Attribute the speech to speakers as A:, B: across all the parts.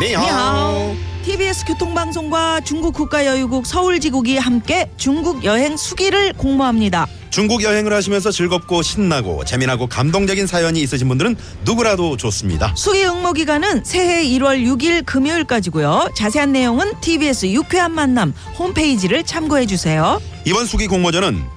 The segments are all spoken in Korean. A: 니하오.
B: TBS 교통방송과 중국 국가여유국 서울지국이 함께 중국 여행 수기를 공모합니다.
A: 중국 여행을 하시면서 즐겁고 신나고 재미나고 감동적인 사연이 있으신 분들은 누구라도 좋습니다.
B: 수기 응모 기간은 새해 1월 6일 금요일까지고요. 자세한 내용은 TBS 유쾌한 만남 홈페이지를 참고해 주세요.
A: 이번 수기 공모전은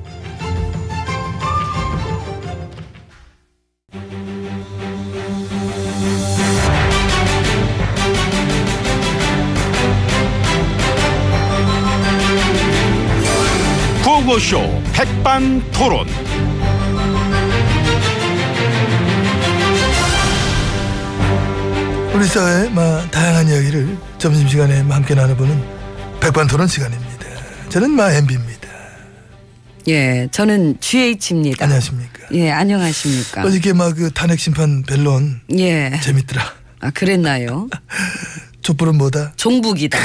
C: 구호쇼 백반토론.
D: 우리 사회의 마, 다양한 이야기를 점심시간에 마, 함께 나눠보는 백반토론 시간입니다. 저는 마 MB입니다.
E: 예, 저는 GH입니다.
D: 안녕하십니까.
E: 예, 안녕하십니까.
D: 어저께 막 그 탄핵 심판 弁론
E: 예.
D: 재밌더라.
E: 아, 그랬나요?
D: 촛불은 뭐다?
E: 종북이다.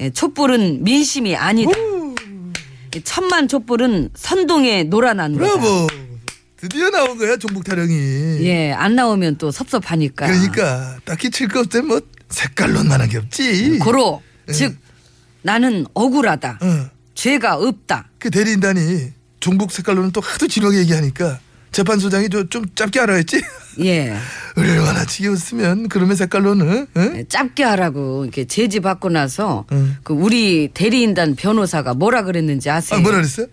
E: 예, 촛불은 민심이 아니다. 예, 천만 촛불은 선동에 놀아난 거다.
D: 브라보. 드디어 나온 거야 종북 타령이.
E: 예, 안 나오면 또 섭섭하니까.
D: 그러니까 딱히 칠 거 없대 뭐 색깔론만한 게 없지.
E: 고로
D: 예.
E: 즉 나는 억울하다.
D: 어.
E: 죄가 없다.
D: 그 대리인단이 종북 색깔론은 또 하도 진하게 얘기하니까 재판소장이 저- 좀 짧게 알아 했지.
E: 예.
D: 얼마나 지겨웠으면 어? 그러면 색깔론은 응?
E: 예, 짧게 하라고 이렇게 제지 받고 나서
D: 응.
E: 그 우리 대리인단 변호사가 뭐라 그랬는지 아세요?
D: 아 뭐라 그랬어요?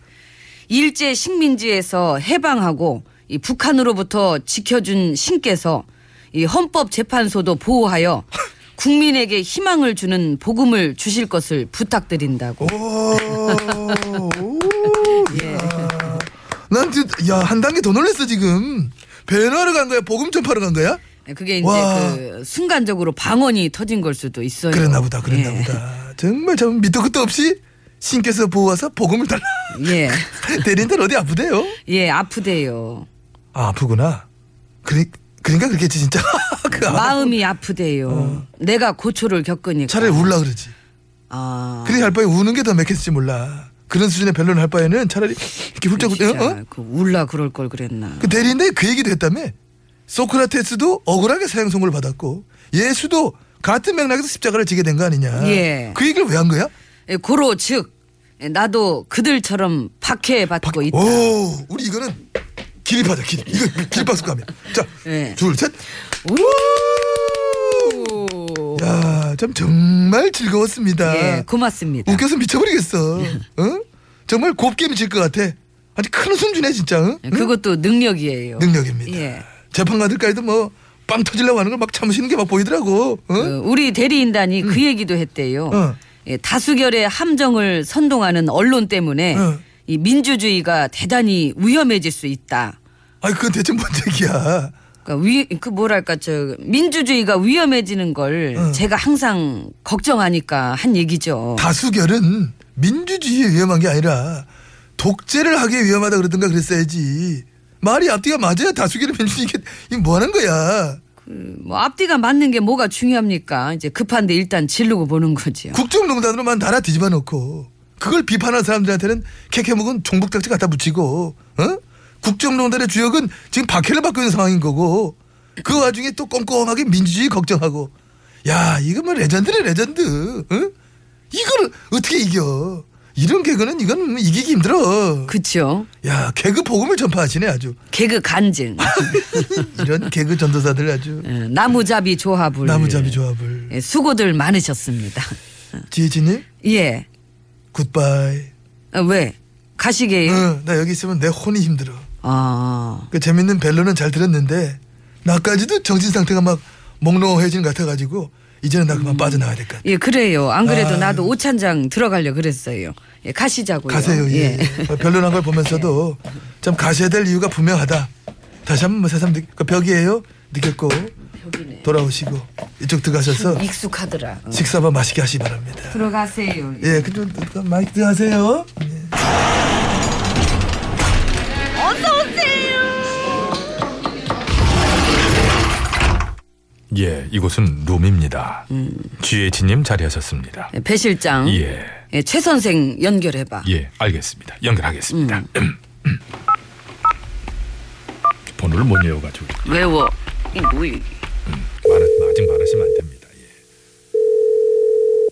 E: 일제 식민지에서 해방하고 이 북한으로부터 지켜준 신께서 이 헌법재판소도 보호하여 국민에게 희망을 주는 복음을 주실 것을 부탁드린다고.
D: 오.
E: 예.
D: 야. 난 진짜 야한 단계 더 놀랐어 지금. 배너로 간 거야? 복음 전파로 간 거야?
E: 네, 그게 이제
D: 와.
E: 그 순간적으로 방언이 터진 걸 수도 있어요.
D: 그랬나 보다. 그랬나
E: 예.
D: 보다. 정말 참 밑도 끝도 없이 신께서 보호와서 복음을 달라.
E: 예.
D: 대리인들 어디 아프대요?
E: 예, 아프대요.
D: 아, 아프구나. 그래, 그러니까 그렇겠지 진짜. 그 아- 어.
E: 마음이 아프대요. 내가 고초를 겪으니까.
D: 차라리 울라 그러지.
E: 아.
D: 그래 할 바에 우는 게 더 맥혔을지 몰라. 그런 수준의 변론을 할 바에는 차라리 이렇게 훌쩍훌쩍
E: 진짜
D: 어? 어?
E: 그 울라 그럴 걸 그랬나.
D: 그 대리인데 그 얘기도 했다며 소크라테스도 억울하게 사형 선고를 받았고 예수도 같은 맥락에서 십자가를 지게 된 거 아니냐
E: 예.
D: 그 얘기를 왜 한 거야?
E: 예, 고로 즉 예, 나도 그들처럼 박해받고 있다.
D: 오 우리 이거는 기립하자 기립 이거 기립박수 가면
E: 예. 오.
D: 자둘셋야참 정말 즐거웠습니다
E: 예, 고맙습니다.
D: 웃겨서 미쳐버리겠어 어? 정말 곱게 미칠 것 같아 아주 큰 웃음 주네 진짜 응?
E: 예, 그것도 능력이에요.
D: 능력입니다
E: 예.
D: 재판관들까지도 뭐 빵 터지려고 하는 걸 막 참으시는 게 막 보이더라고 어?
E: 그 우리 대리인단이 그 얘기도 했대요.
D: 어.
E: 예, 다수결의 함정을 선동하는 언론 때문에
D: 어.
E: 이 민주주의가 대단히 위험해질 수 있다.
D: 아니 그건 대체 뭔 얘기야?
E: 그러니까 위, 그 뭐랄까 저 민주주의가 위험해지는 걸
D: 어.
E: 제가 항상 걱정하니까 한 얘기죠.
D: 다수결은 민주주의에 위험한 게 아니라 독재를 하기에 위험하다 그러든가 그랬어야지. 말이 앞뒤가 맞아야 다수결은 민주주의게 이뭐 하는 거야?
E: 뭐 앞뒤가 맞는 게 뭐가 중요합니까? 이제 급한데 일단 질르고 보는 거지요.
D: 국정농단으로만 나라 뒤집어 놓고 그걸 비판하는 사람들한테는 캐캐묵은 종북딱지 갖다 붙이고 어? 국정농단의 주역은 지금 박해를 받고 있는 상황인 거고 그 와중에 또 꼼꼼하게 민주주의 걱정하고 야 이거 뭐 레전드네 레전드 응? 이걸 어떻게 이겨 이런 개그는 이건 이기기 힘들어
E: 그쵸?
D: 야 개그 복음을 전파하시네 아주
E: 개그 간증.
D: 이런 개그 전도사들 아주
E: 예, 나무잡이 조합을.
D: 나무잡이 조합을
E: 예, 수고들 많으셨습니다.
D: 지혜진님
E: 예.
D: 굿바이
E: 아, 왜? 가시게요?
D: 응, 나 여기 있으면 내 혼이 힘들어
E: 아.
D: 그 재밌는 벨로는 잘 들었는데 나까지도 정신 상태가 막 몽롱해진 것 같아가지고 이제는 나 그만 빠져나가야 될 것 같아.
E: 예, 그래요. 안 그래도
D: 아유.
E: 나도 오찬장 들어가려 그랬어요. 예, 가시자고요.
D: 가세요. 예. 벨로난 걸 보면서도 참 가셔야 될 이유가 분명하다. 다시 한번 뭐 새삼 느, 그 벽이에요 느꼈고 돌아오시고 이쪽 들어가셔서
E: 익숙하더라. 어. 예.
D: 식사밥 맛있게 하시 기 바랍니다.
E: 들어가세요.
D: 예, 그좀 마이크 하세요. 예.
F: 예, 이곳은 룸입니다. GH님 자리하셨습니다.
E: 예, 배 실장.
F: 예.
E: 예, 최 선생 연결해봐. 음.
F: 예, 알겠습니다. 연결하겠습니다. 번호를 못 외워가지고
E: 외워. 이 뭐이?
F: 말하, 아직 말하시면 안 됩니다. 예.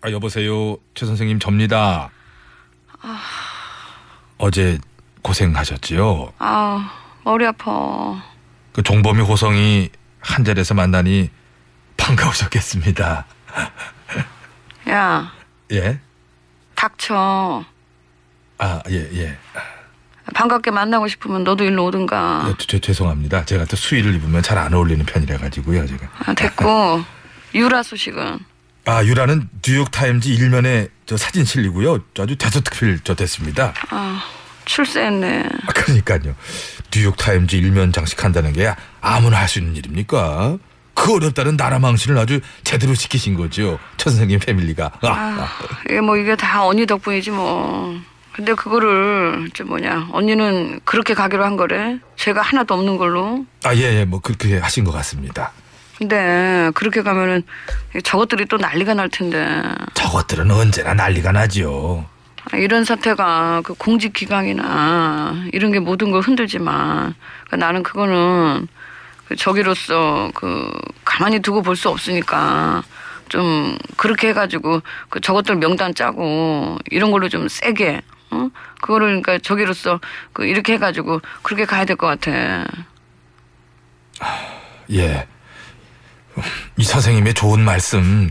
F: 아 여보세요, 최 선생님 접니다. 어제 고생하셨지요.
G: 아 머리 아파
F: 그 종범이 호성이 한 자리에서 만나니 반가우셨겠습니다.
G: 야
F: 예,
G: 닥쳐
F: 아 예 예.
G: 반갑게 만나고 싶으면 너도 일로 오든가
F: 예, 죄- 죄- 죄송합니다. 제가 또 수의를 입으면 잘 안 어울리는 편이라 가지고요, 제가.
G: 아, 됐고 유라 소식은
F: 아 유라는 뉴욕 타임즈 일면에 저 사진 실리고요. 아주 대서특필 저 됐습니다.
G: 아 출세했네
F: 아, 그러니까요. 뉴욕 타임즈 일면 장식한다는 게 아무나 할 수 있는 일입니까? 그 어렵다는 나라 망신을 아주 제대로 시키신 거죠. 천 선생님 패밀리가. 아,
G: 아
F: 아.
G: 이게 뭐 이게 다 언니 덕분이지 뭐 근데 그거를 저 뭐냐 언니는 그렇게 가기로 한 거래 죄가 하나도 없는 걸로
F: 아, 예, 예, 뭐 그렇게 하신 것 같습니다.
G: 근데 그렇게 가면은 저것들이 또 난리가 날 텐데
F: 저것들은 언제나 난리가 나지요.
G: 아, 이런 사태가 그 공직 기강이나 이런 게 모든 걸 흔들지만 그러니까 나는 그거는 그 저기로서 그 가만히 두고 볼 수 없으니까 좀 그렇게 해가지고 그 저것들 명단 짜고 이런 걸로 좀 세게 어? 그거를 그러니까 저기로서 그 이렇게 해가지고 그렇게 가야 될 것 같아.
F: 예. 이 선생님의 좋은 말씀.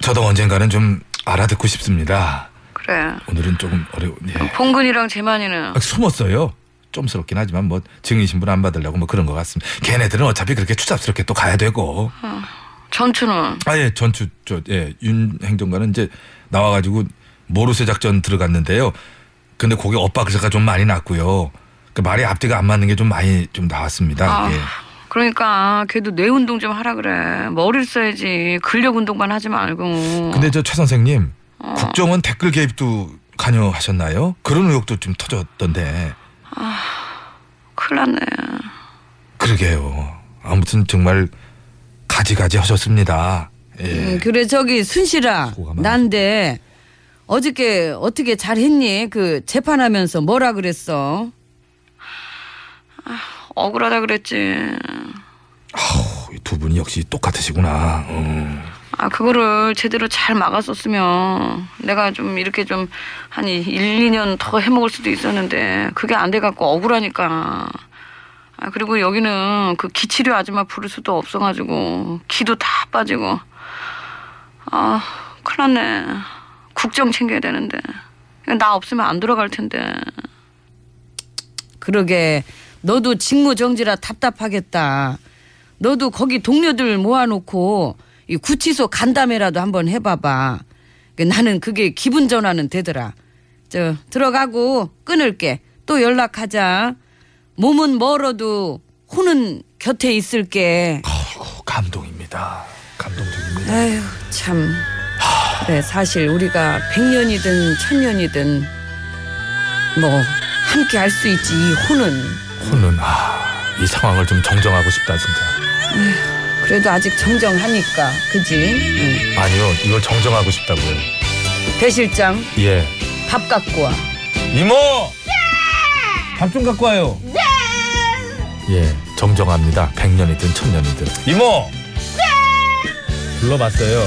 F: 저도 언젠가는 좀 알아듣고 싶습니다.
G: 그래.
F: 오늘은 조금 어려운, 예.
G: 봉근이랑 재만이는
F: 아, 숨었어요. 좀스럽긴 하지만 뭐 증인신분 안 받으려고 뭐 그런 것 같습니다. 걔네들은 어차피 그렇게 추잡스럽게 또 가야 되고.
G: 전추는
F: 아예 전추 저예윤 행정관은 이제 나와가지고 모르쇠 작전 들어갔는데요. 근데 거기 엇박 글자가 좀 많이 났고요. 그 말이 앞뒤가 안 맞는 게 좀 많이 좀 나왔습니다.
G: 아.
F: 예.
G: 그러니까 걔도 뇌 운동 좀 하라 그래. 머리를 써야지. 근력 운동만 하지 말고.
F: 근데 저 최 선생님 국정원 댓글 개입도 관여하셨나요? 그런 의혹도 좀 터졌던데.
G: 큰일 났네.
F: 그러게요. 아무튼 정말 가지가지 하셨습니다. 예.
E: 음, 그래 저기 순실아
F: 수고가 많으셨-
E: 난데 어저께 어떻게 잘했니? 그 재판하면서 뭐라 그랬어?
G: 아, 억울하다 그랬지.
F: 아우, 이두 분이 역시 똑같으시구나. 어.
G: 아, 그거를 제대로 잘 막았었으면 내가 좀 이렇게 좀 한 1, 2년 더 해먹을 수도 있었는데 그게 안 돼갖고 억울하니까. 아, 그리고 여기는 그 기치료 아줌마 부를 수도 없어가지고 기도 다 빠지고. 아, 큰일 났네. 국정 챙겨야 되는데. 나 없으면 안 돌아갈 텐데.
E: 그러게 너도 직무 정지라 답답하겠다. 너도 거기 동료들 모아놓고 이 구치소 간담회라도 한번 해봐봐. 그 나는 그게 기분 전환은 되더라. 저 들어가고 끊을게. 또 연락하자. 몸은 멀어도 혼은 곁에 있을게.
F: 아이고, 감동입니다. 감동적입니다.
E: 아휴 참. 그래 사실 우리가 백년이든 천년이든 뭐 함께 할 수 있지 이 혼은.
F: 혼은 아, 이 상황을 좀 정정하고 싶다 진짜.
E: 그래도 아직 정정하니까 그지? 응.
F: 아니요, 이걸 정정하고 싶다고요.
E: 배 실장
F: 예.
E: 밥 갖고 와
F: 이모, 밥 좀 갖고 와요. 예, 정정합니다. 백년이든 천년이든. 이모, 불러봤어요.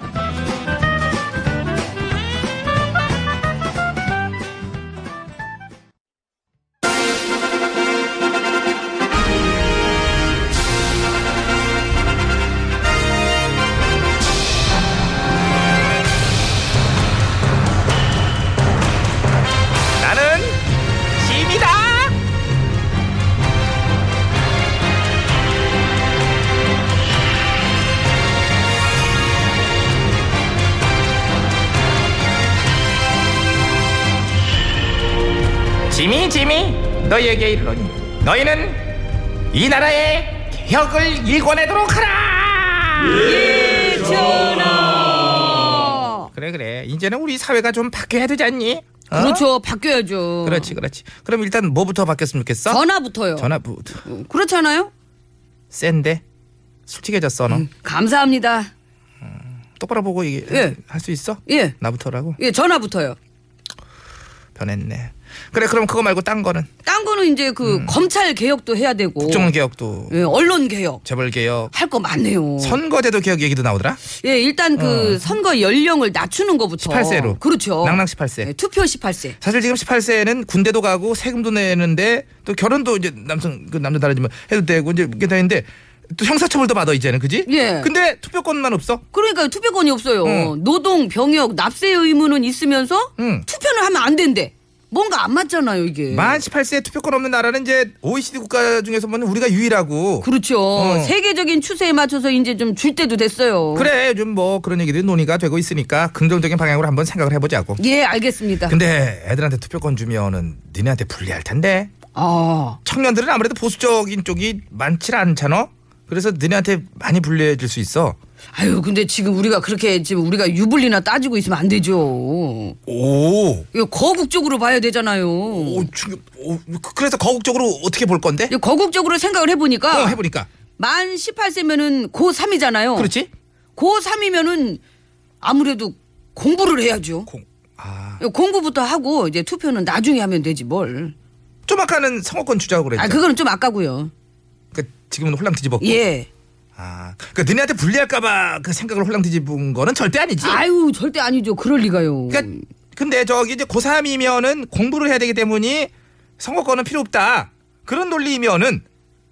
H: 나는 짐이다. 짐이 짐이 너희에게 이르노니 너희는 이 나라의 개혁을 일궈내도록 하라. 그래 그래 이제는 우리 사회가 좀 바뀌어야 되지 않니?
E: 그렇죠. 바뀌어야죠.
H: 그렇지 그렇지. 그럼 일단 뭐부터 바뀌었으면 좋겠어?
E: 전화부터요.
H: 전화부터.
E: 그렇잖아요.
H: 센데 솔직해졌어 너
E: 감사합니다.
H: 똑바로 보고 이게
E: 예.
H: 할 수 있어?
E: 예.
H: 나부터라고
E: 예, 전화부터요.
H: 변했네 그래 그럼 그거 말고 딴 거는
E: 딴 거는 이제 그 검찰 개혁도 해야 되고.
H: 음. 국정개혁도
E: 예, 언론 개혁.
H: 재벌개혁
E: 할 거 많네요.
H: 선거제도 개혁 얘기도 나오더라
E: 예, 일단 그 선거 연령을 낮추는 거부터.
H: 18세 로.
E: 그렇죠.
H: 낭낭 18세.
E: 예, 투표 18세.
H: 사실 지금 18세에는 군대도 가고 세금도 내는데 또 결혼도 이제 남성 그 남자 다르지만 해도 되고 이제 이게 다 있는데 또 형사처벌도 받아 이제는 그지?
E: 예.
H: 근데 투표권만 없어
E: 그러니까 투표권이 없어요.
H: 응.
E: 노동, 병역, 납세 의무는 있으면서
H: 응.
E: 투표는 하면 안 된대. 뭔가 안 맞잖아요, 이게.
H: 만 18세에 투표권 없는 나라는 이제 OECD 국가 중에서 보면 우리가 유일하고
E: 그렇죠.
H: 어.
E: 세계적인 추세에 맞춰서 이제 좀 줄 때도 됐어요.
H: 그래 요즘 뭐 그런 얘기들이 논의가 되고 있으니까 긍정적인 방향으로 한번 생각을 해보자고
E: 예, 알겠습니다.
H: 근데 애들한테 투표권 주면은 니네한테 불리할 텐데
E: 아,
H: 청년들은 아무래도 보수적인 쪽이 많지 않잖아 그래서 니네한테 많이 불리해질 수 있어
E: 아유, 근데 지금 우리가 그렇게 지금 우리가 유불리나 따지고 있으면 안 되죠.
H: 오,
E: 이거 거국적으로 봐야 되잖아요.
H: 오, 주- 오, 그- 그래서 거국적으로 어떻게 볼 건데
E: 이거 거국적으로 생각을 해보니까
H: 어, 해보니까
E: 만 18세면은 고3이잖아요.
H: 그렇지
E: 고3이면은 아무래도 공부를 해야죠.
H: 공, 아
E: 이거 공부부터 하고 이제 투표는 나중에 하면 되지 뭘.
H: 좀 아까는 성어권 주자고 그랬죠
E: 아, 그거는 좀 아까고요.
H: 그러니까 지금은 홀랑 뒤집었고
E: 예.
H: 아 그러니까 니네한테 불리할까봐 그 생각을 홀랑 뒤집은 거는 절대 아니지
E: 아유, 절대 아니죠. 그럴 리가요.
H: 그러니까 근데 저기 이제 고3이면은 공부를 해야 되기 때문에 선거권은 필요 없다. 그런 논리이면은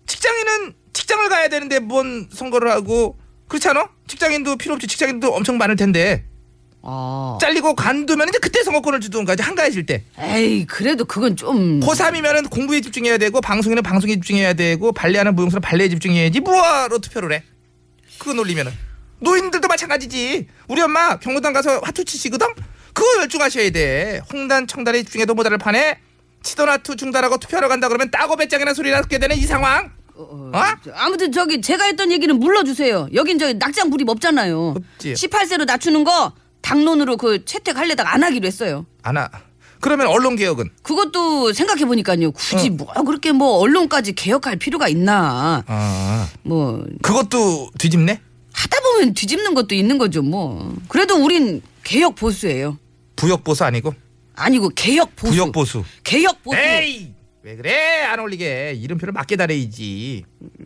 H: 직장인은 직장을 가야 되는데 뭔 선거를 하고 그렇지 않아? 직장인도 필요 없지. 직장인도 엄청 많을 텐데.
E: 아.
H: 잘리고 간두면 이제 그때 선거권을 주던가 이제 한가해질 때.
E: 에이, 그래도 그건 좀.
H: 고3이면은 공부에 집중해야 되고 방송에는 방송에 집중해야 되고 발레하는 무용수는 발레에 집중해야지 뭐하러 투표를 해. 그거 놀리면은. 노인들도 마찬가지지. 우리 엄마 경로당 가서 화투 치시거든. 그거 열중하셔야 돼. 홍단 청단에 집중해도 모자를 파네. 치던 화투 중단하고 투표하러 간다 그러면 따고 배짱이라는 소리 나게 되는 이 상황. 어?
E: 아무튼 저기 제가 했던 얘기는 물러주세요. 여긴 저기 낙장 불입 없잖아요.
H: 없지.
E: 18세로 낮추는 거 당론으로 그 채택하려다가 안 하기로 했어요.
H: 안아. 그러면 언론 개혁은
E: 그것도 생각해 보니까요. 굳이 뭐 그렇게 뭐 언론까지 개혁할 필요가 있나.
H: 아
E: 뭐
H: 그것도 뒤집네.
E: 하다 보면 뒤집는 것도 있는 거죠. 뭐 그래도 우린 개혁 보수예요.
H: 부역 보수 아니고
E: 아니고 개혁 보수.
H: 부역 보수.
E: 개혁 보수.
H: 에이 왜 그래 안 어울리게 이름표를 맞게 다래야지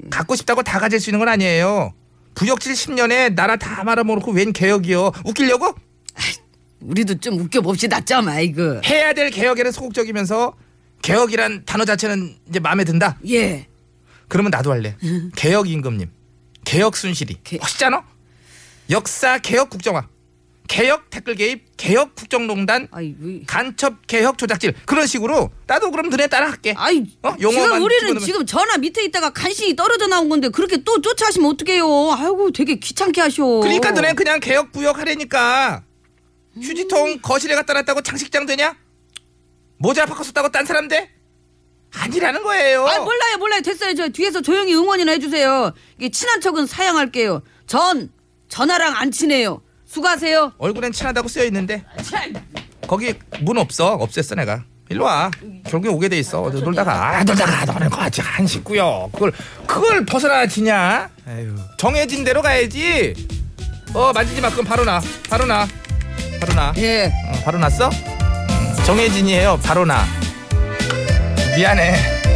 H: 갖고 싶다고 다 가질 수 있는 건 아니에요 부역질 10년에 나라 다 말아먹고 웬 개혁이요 웃기려고
E: 우리도 좀 웃겨 봅시다. 참 아이고.
H: 해야 될 개혁에는 소극적이면서 개혁이란 단어 자체는 이제 마음에 든다
E: 예.
H: 그러면 나도 할래 개혁 임금님 개혁 순실이
E: 개-
H: 멋있잖아 역사 개혁 국정화 개혁 댓글 개입 개혁 국정농단
E: 아이고.
H: 간첩 개혁 조작질 그런 식으로 나도 그럼 너네 따라 할게
E: 아이
H: 어? 용어만
E: 지금 우리는
H: 집어넣으면-
E: 지금 전화 밑에 있다가 간신히 떨어져 나온 건데 그렇게 또 쫓아하시면 어떡해요 아이고 되게 귀찮게 하셔
H: 그러니까 너넨 그냥 개혁 부역 하려니까 휴지통 거실에 갖다 놨다고 장식장 되냐? 모자 바꿔 썼다고 딴 사람 돼? 아니라는 거예요.
E: 아 몰라요 몰라요 됐어요 저 뒤에서 조용히 응원이나 해주세요 이게 친한 척은 사양할게요 전 전화랑 안 친해요 수고하세요
H: 얼굴엔 친하다고 쓰여 있는데 거기 문 없어 없앴어 내가. 일로 와. 결국에 오게 돼 있어. 어디 놀다가 아 놀다가 너는 거 아직 안 씻고요. 그걸 그걸 벗어나 지냐? 에휴. 정해진 대로 가야지. 어 만지지 마. 그럼 바로 나. 바로 나. 바로 나.
E: 예
H: 어, 바로 났어? 음. 정혜진이에요. 바로 나. 미안해.